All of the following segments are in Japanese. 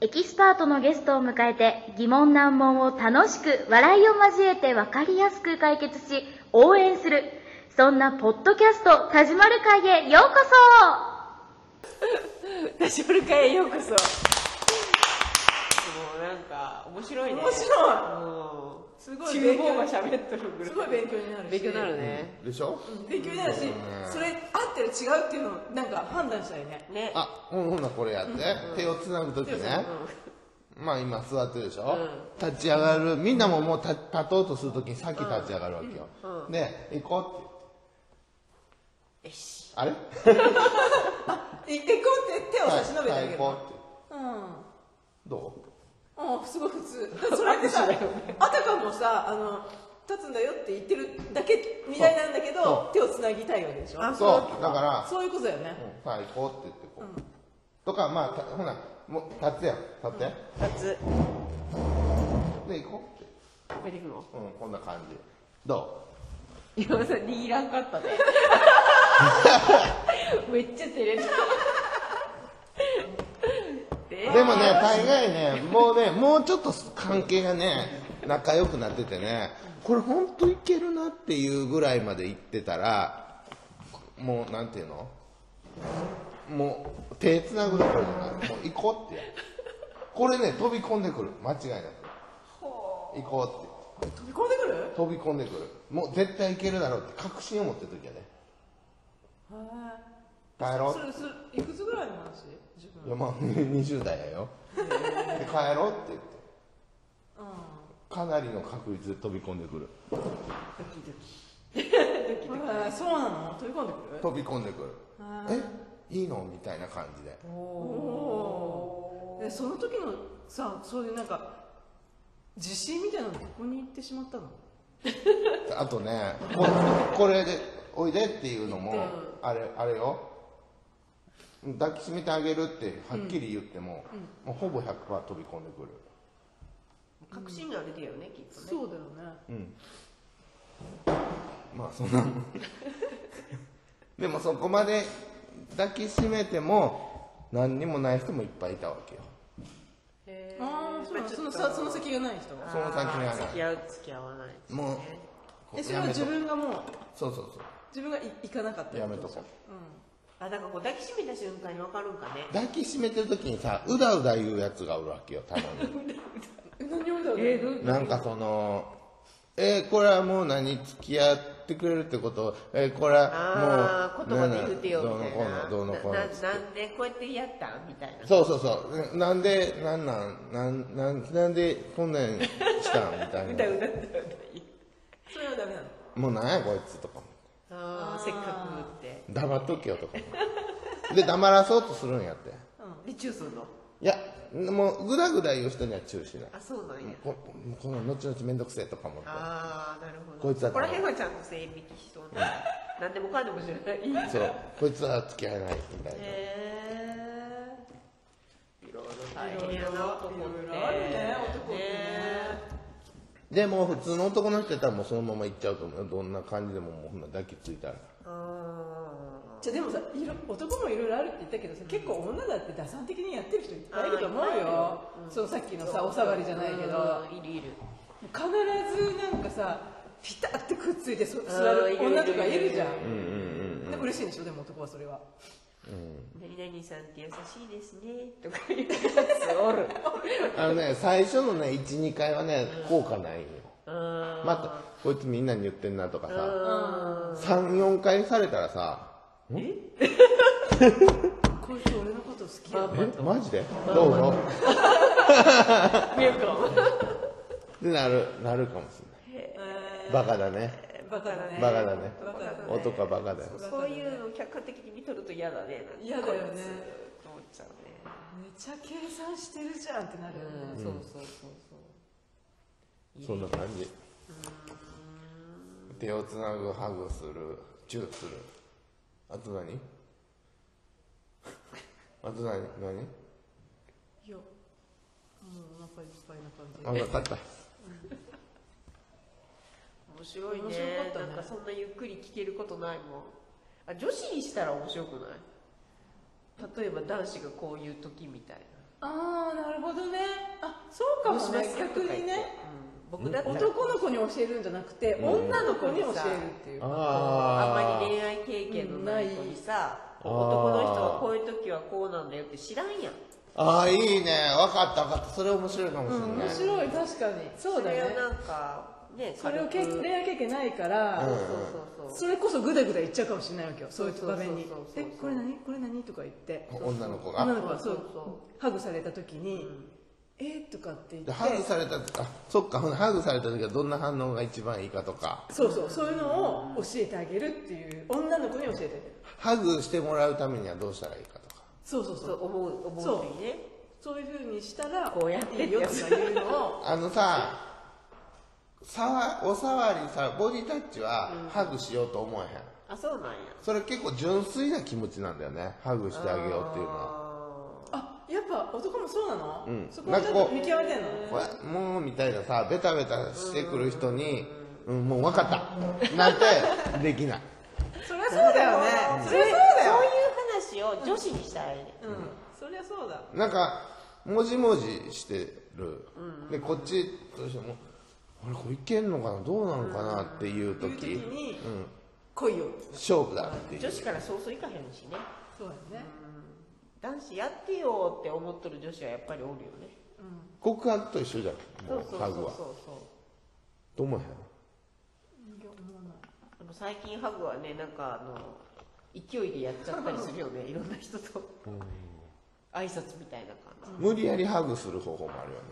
エキスパートのゲストを迎えて疑問難問を楽しく笑いを交えて分かりやすく解決し応援するそんなポッドキャスト「田島る会」へようこダジョルカへようこそもうなんか面白いね面白もうすごい厨勉強房が喋っとるぐらいすごい勉強になるし勉強になるね、でしょ、勉強になるしそれ合ってる違うっていうのをなんか判断したいねねあほんほんならこれやって、手をつなぐ時ね、まあ今座ってるでしょ、立ち上がるみんなももう立立とうとする時にさっき立ち上がるわけよ、で行こうってよしあれ一回こうって手を差し伸べてあげはいる行のこうってうどうんうんすごい普通だからそれでさあたかもさあの立つんだよって言ってるだけみたいなんだけどそう手をつなぎたいわけでしょそうだからそういうことだよねさあ行こうって言ってこう、とかまあたほなもう立ってや立って、 2つで行こうって出てくのうんこんな感じど今さ握らんかったねめっちゃ照れたうでもね大概ねもうねもうちょっと関係がね仲良くなっててねこれほんといけるなっていうぐらいまで行ってたらもうなんていうのもう手つなぐどころじゃないもう行こうってやこれね飛び込んでくる間違いなく行こうって飛び込んでくる飛び込んでくるもう絶対いけるだろうって確信を持ってる時やね帰ろそうれそれいくつぐらいの話自分いやまあ20代やよで帰ろうって言ってかなりの確率で飛び込んでくるへーそうなの飛び込んでくる飛び込んでくるえいいのみたいな感じでえその時のさそういうなんか自信みたいなのどこに行ってしまったのあとねここれでおいでっていうのもあれあれよ抱きしめてあげるってはっきり言っても、もうほぼ100%飛び込んでくる確信が出てるよねきっとねそうだよねうんまあそんなもんでもそこまで抱きしめても何にもない人もいっぱいいたわけよへああそうなのそのさその先がない人その先にあーる付き合う付き合わないもうえそれはやめと自分がもうそうそうそ自分がい行かなかったうやめとこうあだからこう抱きしめた瞬間に分かるんかね抱きしめてる時にさうだうだ言うやつがおるわけよたまにえ何をだろうえなんかそのえーこれはもう何付き合ってくれるってことえーこれはああもう言葉で言うてよどうみのたこういのなどうのこうのなななんでこうやってやったんみたいなそうそうそうななんでなんなんなんなんなんでこんなんしたんみたいなだってそれはダメなのもうなんやこいつとかああせっかくって黙っとけよとかで黙らそうとするんやってでチューするのいやもうグダグダ言う人には注意しないあそうなんやここの後々面倒くせえとか思ってああなるほどこいつだったらこら辺はちゃんと線引きしとんね何でもかんでも知らないそうこいつは付き合えないみたいなへえいろいろ大変やなと思っていろいろあるね男ってねでも普通の男の人やったらもうそのまま行っちゃうと思うどんな感じでももうほんな抱きついたらあじゃあでもさいろ男もいろいろあるって言ったけどさ結構女だって打算的にやってる人いっぱいいると思うあーいっぱいいるよそのさっきのさおさわりじゃないけどーいるいる必ずなんかさピタってくっついてそ座る女とかいるじゃんでも嬉しいんでしょでも男はそれは何々さんって優しいですねとか 言うやつおるあのね最初のね12回はね効果ないんようんまたこいつみんなに言ってんなとかさうん34回されたらさこいつ俺のこと好きやえマジでどうぞ見えるかもってなるなるかもしれないバカだねバカだねバカだねバカだね男はバカだよそういうのを客観的に見とると嫌だねなんか嫌だよねこいつと思っちゃうねめちゃ計算してるじゃんってなるよねそうそうそうそんな感じ手をつなぐハグするチューするあと何 あと何何いやもうお腹いっぱいな感じあ分かった面白いね面白かったねなんかそんなゆっくり聞けることないもんあ女子にしたら面白くない例えば男子がこういう時みたいなああなるほほどねあそうかもね逆にね、うん、僕だったら男の子に教えるんじゃなくて、女の子に教えるっていう、ああんまり恋愛経験のない子にさ男の人はこういう時はこうなんだよって知らんやんああいいね分かった分かったそれ面白いかもしれない、面白い確かにそうだねれをなんかねそれをけ軽く恋愛経験ないから、そうそうそうそれこそグダグダ言っちゃうかもしれないわけよそういう場面にそうそう「そうえそうこれ何これ何?」とか言って女の子が女の子がそそううそうそうハグされた時に「えーとかって言ってでハグされた時あそっかほなハグされた時はどんな反応が一番いいかとかそうそうそういうのを教えてあげるっていう女の子に教えてあげるハグしてもらうためにはどうしたらいいかとかそうそうそそうう思う思うそうよりねそういうふうにしたらこうやってっていいよとかいうの をあのささわおさわりさボディタッチはハグしようと思えへんあそうなんやそれ結構純粋な気持ちなんだよねハグしてあげようっていうのはああやっぱ男もそうなの、んそこはちゃんと見極めてんのほらもうみたいなさベタベタしてくる人にうんもう分かったなんてできないそりゃそうだよねそりーそうゃそうだよいう話を女子にしたらいいねうんそりゃそうだなんかもじもじしてる、でこっちとしてもあれこれいけんのかなどうなのかなっていういう時時、にうん、来いよ勝負だっていう女子からそうそういかへんしねそうだよね男子やってよって思っとる女子はやっぱりおるよね告白と一緒じゃんそもうそううハそうグはそうそうどう思うへんでも最近ハグはねなんかあの勢いでやっちゃったりするよねいろんな人と挨拶みたいな感無理やりハグする方法もあるよね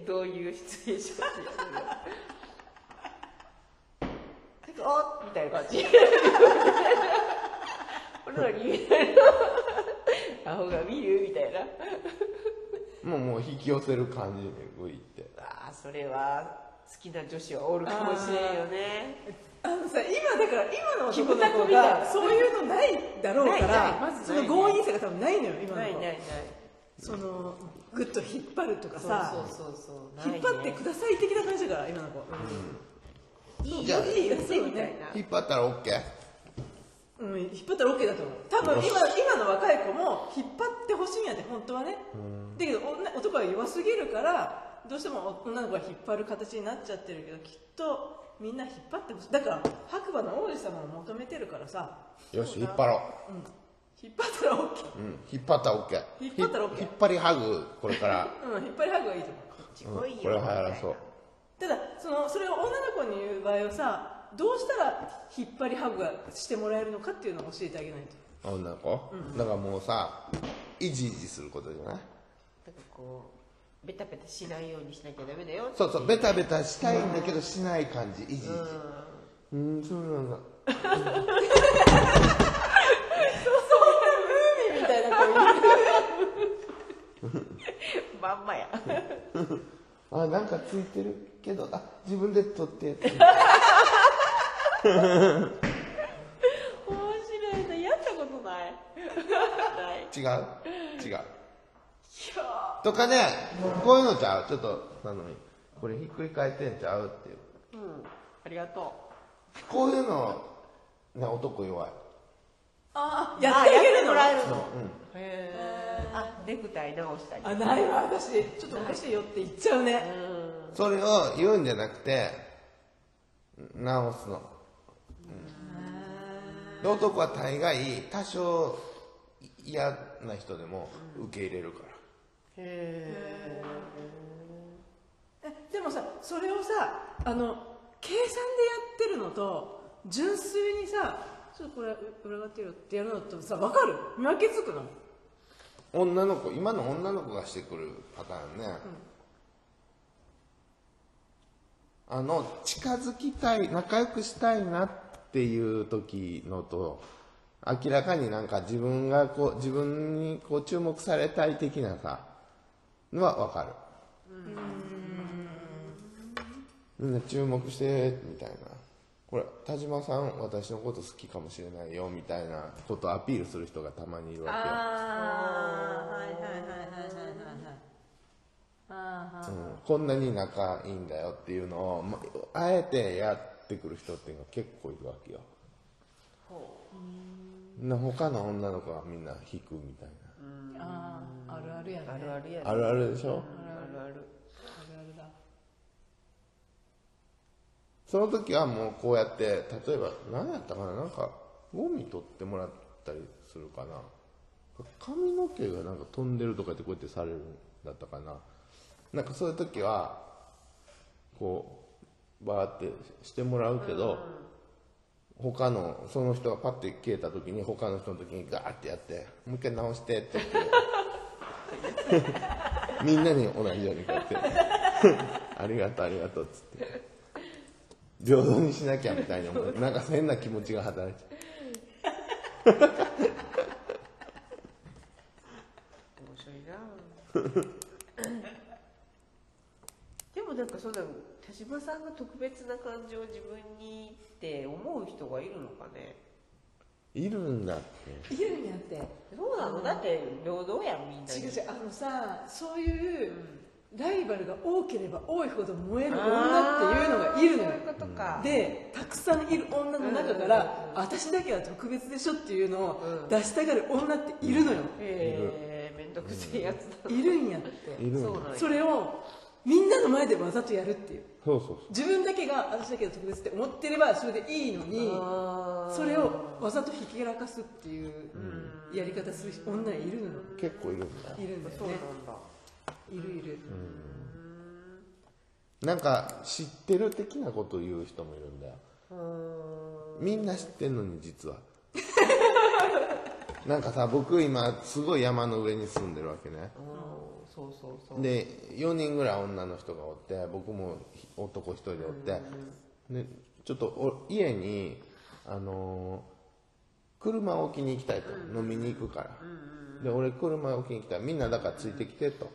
じどういうシチュエーションでそれはなんか「おっ!」みたいな感じ俺らに言えないアホが見るみたいなもうもう引き寄せる感じでグイってああそれは好きな女子はおるかもしれんよねあのさ今だから今の男キムタのク子みたいがなそういうのないだろうかないないらまずそないの強引さが多分ないのよ今のないな子いないそのグッと引っ張るとかそうさそうそうそう引っ張ってください的な感じだから今の子いいじゃよあいいよみたいな引っ張ったら OK うん引っ張ったら OK だと思う多分今今の若い子も引っ張ってほしいんやって本当はねだけど女男は弱すぎるからどうしても女の子が引っ張る形になっちゃってるけどきっとみんな引っ張ってほしいだから白馬の王子様を求めてるからさよし引っ張ろ引っ張ったら OK う、うん、引っ張ったら OK 引っ張ったら OK 引っ張りハグこれから、うん、引っ張りハグがいいと思う。ちうん、ここいよれは流行らそうただ、その、それを女の子に言う場合はさ、どうしたら引っ張りハグがしてもらえるのかっていうのを教えてあげないと。女の子、だからもうさイジイジすることじゃなないんかこうベタベタしないようにしなきゃダメだよそうそうベタベタしたいんだけどしない感じイジイジうんそうなんだみたいなこういう。まんまやあなんかついてるけどあ自分で取ってって面白いなやったことないない違う違うとかねこういうのちゃうちょっとなのにこれひっくり返ってんちゃうっていううんありがとこういうのね男弱いああ、うやってあげるものらえるのへえあネクタイ直したりあ、ないわ、私。ちょっとおかしいよって言っちゃうね。それを言うんじゃなくて直すの、うん、で男は大概多少嫌な人でも受け入れるから、えでもさ、それをさ、あの、計算でやってるのと、純粋にさ、ちょっとこれ裏がってよってやるのとさ、わかる見分けつくの女の子今の女の子がしてくるパターンね、あの近づきたい仲良くしたいなっていう時のと明らかになんか自分がこう自分にこう注目されたい的なさのは分かるみんな注目してみたいなこれ田島さん私のこと好きかもしれないよみたいなことをアピールする人がたまにいるわけよああ、はいはいはいはいはいはい。ああ、うんこんなに仲いいんだよっていうのを、まあえてやってくる人っていうのが結構いるわけよ。な他の女の子はみんな引くみたいあああるあるやねあるあるやねなあるあるでしょ、あるあるあるあるだその時はもうこうやって例えば何やったかななんかゴミ取ってもらったりするかな髪の毛がなんか飛んでるとかってこうやってされるんだったかななんかそういう時はこうバーってしてもらうけど、他のその人がパッて消えた時に他の人の時にガーってやってもう一回直してって言って みんなに同じようにこうやって ありがとうありがとうっつって平等にしなきゃみたいなもんなんか変な気持ちが働いちゃ面白いなでもなんかそんな田島さんが特別な感情を自分にって思う人がいるのかねういるんだっているんやってそうなのだって平等やんみんな違う違うあのさそういうライバルが多ければ多いほど燃える女っていうのがいるのよあーそういうことかでたくさんいる女の中から、私だけは特別でしょっていうのを出したがる女っているのよ、えー、めんどくせえやつだ、いるんやっているんだそうなんやそれをみんなの前でわざとやるっていうそうそう自分だけが私だけが特別って思ってればそれでいいのにあーそれをわざとひけらかすっていうやり方する女いるのよそう結構いるんだいるんだよそうなねんだいるいる、なんか知ってる的なことを言う人もいるんだよみんな知ってんのに実はなんかさ僕今すごい山の上に住んでるわけねうんそうそうそうで4人ぐらい女の人がおって僕も男1人でおってでちょっとお家にあのー車を置きに行きたいと飲みに行くからで俺車を置きに行きたいみんなだからついてきてと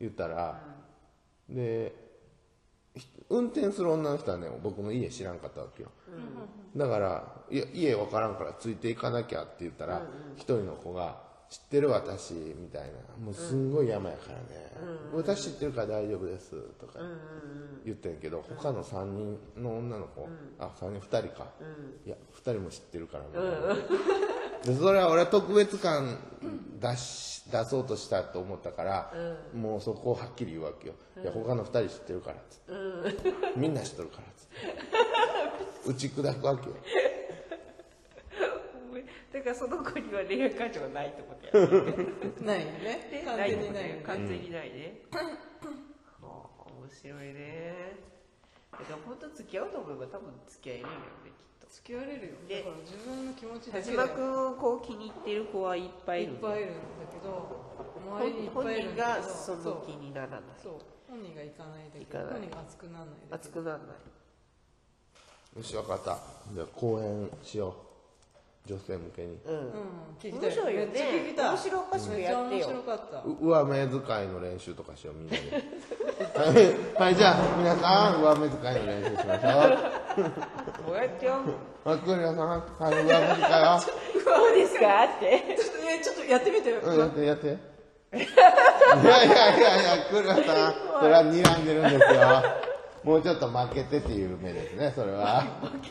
言ったらでひ運転する女の人はね僕の家知らんかったわけよだからいや家わからんからついていかなきゃって言ったら一、人の子が「知ってる私」みたいなもうすんごい山やからね、私知ってるから大丈夫です」とか言ってんけど他の3人の女の子、あ三人2人か、いや2人も知ってるからみたいな、 でそれは俺は特別感出し出そうとしたと思ったから、もうそこをはっきり言うわけよ、いや他の2人知ってるからっつって、みんな知っとるからっつって打ち砕くわけよごめんだからその子には恋愛感情がないってことや ねないよね完全にないよね完全にないね、ああ面白いねだから本当付き合おうと思えば多分付き合えるんだよねきっと付き合われるよでだから自分の気持ち田だけ島だよ君をこう気に入ってる子はいっぱいいいっるぱいいるんだけど周りにいっ本ぱいいる人んだがけどそそのう気にならないそう本人が行かないだけ行かない本人が熱くならないだけ熱くならないよし分かったじゃあ講演しよう女性向けにうん、うん聞きた面白いいよねめっちゃ聞きたい面白おかしくめっちゃやって面よ白かったう上目遣いの練習とかしようみんなで はい、はい、じゃあ皆さん上目遣いの練習しましょこうやってようクリアさん、はい、上目遣いはそうですかってちょっとえちょっとやってみてようん、やってやって。いやいやいやいや、クルさん、それは睨んでるんですよ。もうちょっと負けてっていう目ですね、それは。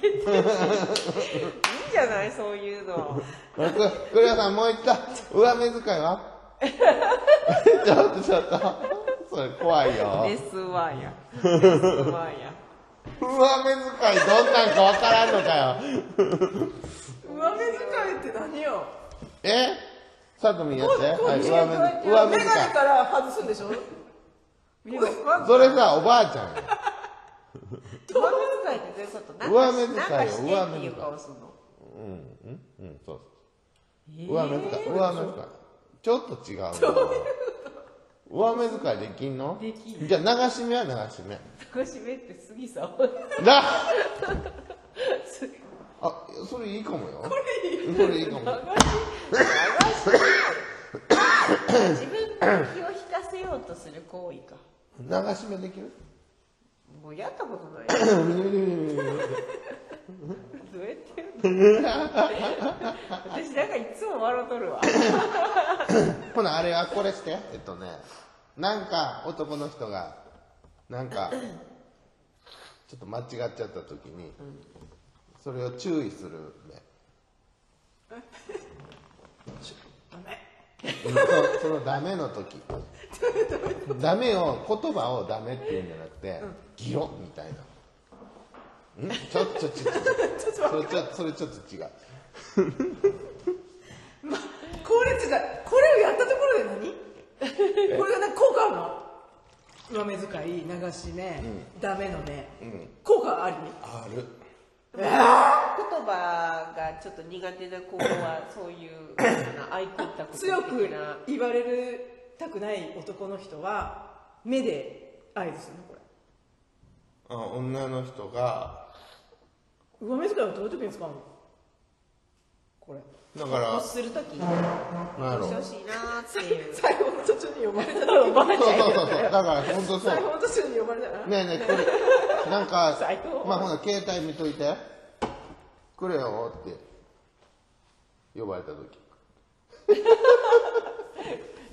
いいじゃないそういうのクルさん、もう一回、上目遣いは ちょっとちょっと、それ怖いよ。レスワ ンやレスワンや上目遣いどんなんかわからんのかよ。上目遣いって何よえさとみんやって。はい、上目遣い。上メ目遣ガネい。から外すんでしょみんな上それさ、おばあちゃんよ。目遣いってどういうことなんか上目遣いよなんかして上目って遣いいう顔するのうん、うん、うん、そうそう。上目遣い、上目遣い。ちょっと違うな。上目遣いできんのできんじゃあ流し目は流し 目。高しめって杉さんなあ、それいいかもよ。これいい。それいいかも。自分から気を引かせようとする行為か流し目できるもうやったこと ない見て見て見て見てどうやってや るの私なんかいつも笑うとるわほな、あれはこれして。えっとね、なんか男の人が、なんか、ちょっと間違っちゃった時に、それを注意する目。そそのダメの時ダメを言葉をダメって言うんじゃなくて、ギロみたいなんちょちょ ちょちょちょそれちょそれちょっと違うこれってさこれをやったところで何これがなんか効果あるの豆使い流し目、ダメの目、効果ありある言葉がちょっと苦手な子はそういう愛こったこと強く的な言われるたくない男の人は目で合図するのこれあ女の人が上目遣いはどういう時に使うのこれだか欲らするときなんやろ欲しいなーって いう最後の途中に呼ばれたらそう そうそうそうだから本当そう最後の途中に呼ばれたらねえねえこれなんか最高まあほな携帯見といてくれよって呼ばれた 時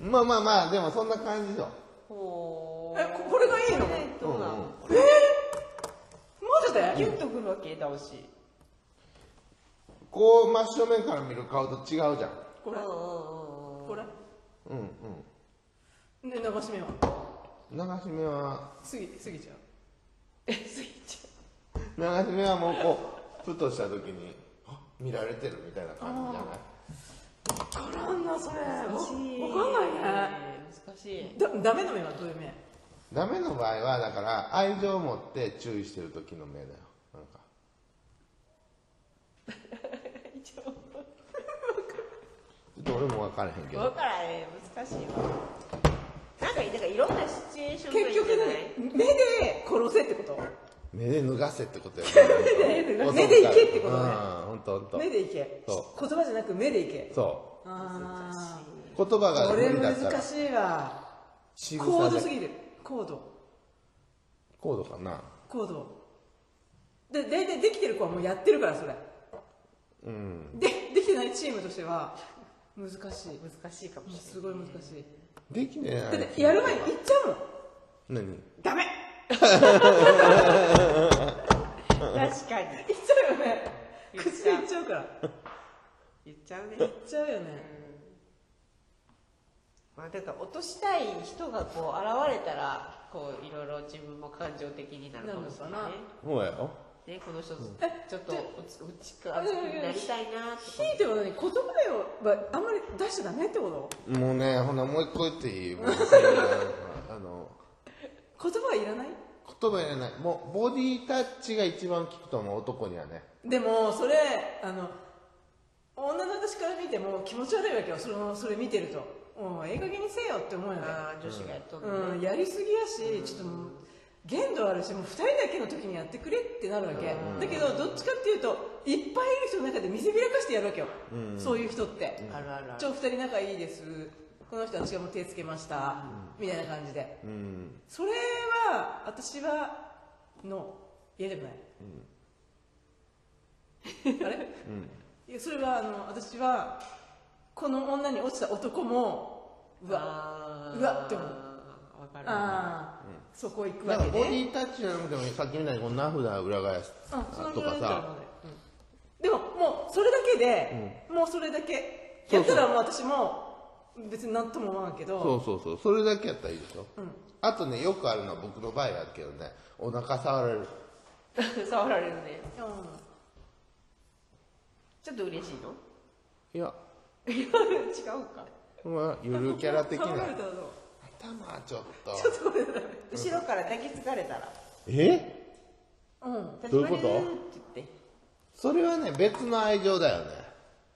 まあまあまあでもそんな感じよほえここれがいいのこれねどうなうんうんのえー、もうちょっとギュッとくるわけ倒しこう真正面から見る顔と違うじゃんこれこれうんで流し目はうん流し目は過ぎ過ぎちゃうえスイッチ流し目はもうこうふとした時にあ見られてるみたいな感じじゃない分からんなそれ分わかんないね難しいだダメの目はどういう目ダメの場合はだから愛情を持って注意してる時の目だよなんかちょっと俺も分からへんけわどからへん難しいわなんかなんかいろんなシチュエーションがいい結んじゃな局いね目で殺せってこと目で脱がせってことや 目で行けってことね本当本当目でいけそ言葉じゃなく目でいけそあう言葉あがこ無れ理だったら難しいわ仕高草度すでぎる高度高度かな高度で大体できてる子はもうやってるからそれうんでできてないチームとしては難しい難しいかもしれないすごい難しいできねえなだってやる前に言っちゃうもん何ダ メ確かに言っちゃうよね言っ口ちでゃう言っちゃうから言っ言っちゃうねちゃうよねまあだから落としたい人がこう現れたらこういろいろ自分も感情的になるかもしれなるなのいかそうやよねねこの人ちょっと内内から熱くなりたいなーとかひいては何言葉はあんまり出しちゃダメってこともうねほなもう一個言っていいもう あの言葉はいらない言葉いらないもうボディタッチが一番効くと思う男にはねでもそれあの女の私から見ても気持ち悪いわけよそのそれ見てるともうええ加減にせえよって思うよねああ女子がやっとるうん、ねやりすぎやしちょっともう限度あるしもう2人だけの時にやってくれってなるわけ、だけどどっちかっていうといっぱいいる人の中で見せびらかしてやるわけよ、そういう人って、あるあるある超2人仲いいですこの人私がもう手つけました、みたいな感じでうんそれは私はの嫌でもない、あれ、いやそれはあの私はこの女に落ちた男もうわあーうわって思うわかるああ、そこ行くだわかけねらボディタッチじゃなくてもいいさっきみたいにこう名札裏返すあそんとなかに言われたらまさだうんでももうそれだけで、もうそれだけやったらもう私も別になんとも思わんけどそうそうそうそれだけやったらいいでしょ、あとねよくあるのは僕の場合やけどねお腹触られる触られるねうんちょっと嬉しい のいや違うかまあゆるキャラ的な倒れたの頭ちょっと後ろから抱きつかれたらえうんどういう抱こときつかれるって言ってそれはね別の愛情だよね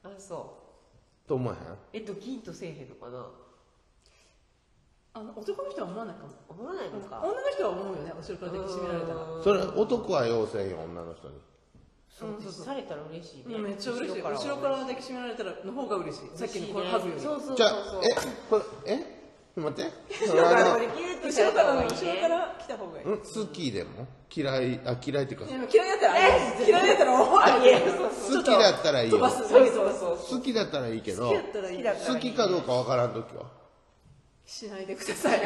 あそうと思ええドキンとせえへんのかなあの男の人は思わないかも思わないのか女の人は思うよね後ろから抱きしめられたらううんへんそれ男は要せんよ女の人にんそうそうされたら嬉しいねんめっちゃ嬉しい後ろから抱きしめられたらの方が嬉しいさっきのこのハグよりそうそうそうじゃあそうえこれえ待って それ後ろからあこれのキューって後ろからの後されろたか方がいら来た方がいいん好きでも嫌いあ嫌いっていいうかや嫌いだったらあ嫌いだったら思わないいねけど 好きだったらいい飛ばよすそうそうそう好きだったらいいけ好どきだったらいい好きかどうかわからん時はしないでください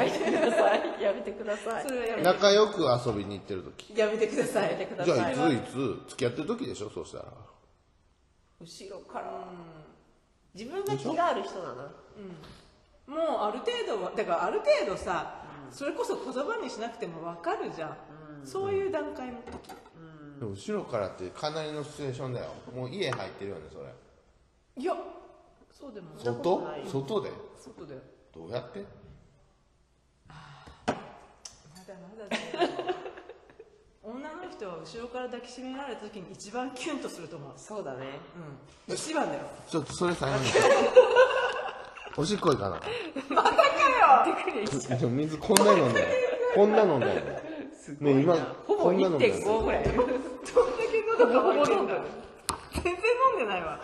やめてくださいそれはやめ仲良く遊びに行ってる時やめてくださいやめてくだじゃさあいいついつ付き合ってる時でしょそうしたら後ろから自分が気がある人だなもうある程度はだからある程度さ、それこそ言葉にしなくても分かるじゃん、そういう段階の時でも後ろからってかなりのシチュエーションだよもう家入ってるよねそれいやそうでもない外外で外だよどうやってまだまだだよ女の人は後ろから抱きしめられた時に一番キュンとすると思う、そうだねうん、一番だよちょっとそ れ最後におしっこいかなでも水こんな飲んだよこんな飲んだよすね今ほぼこんなのもやる1.5ぐらいどんだけ喉が渇いてんだ全然飲んでないわ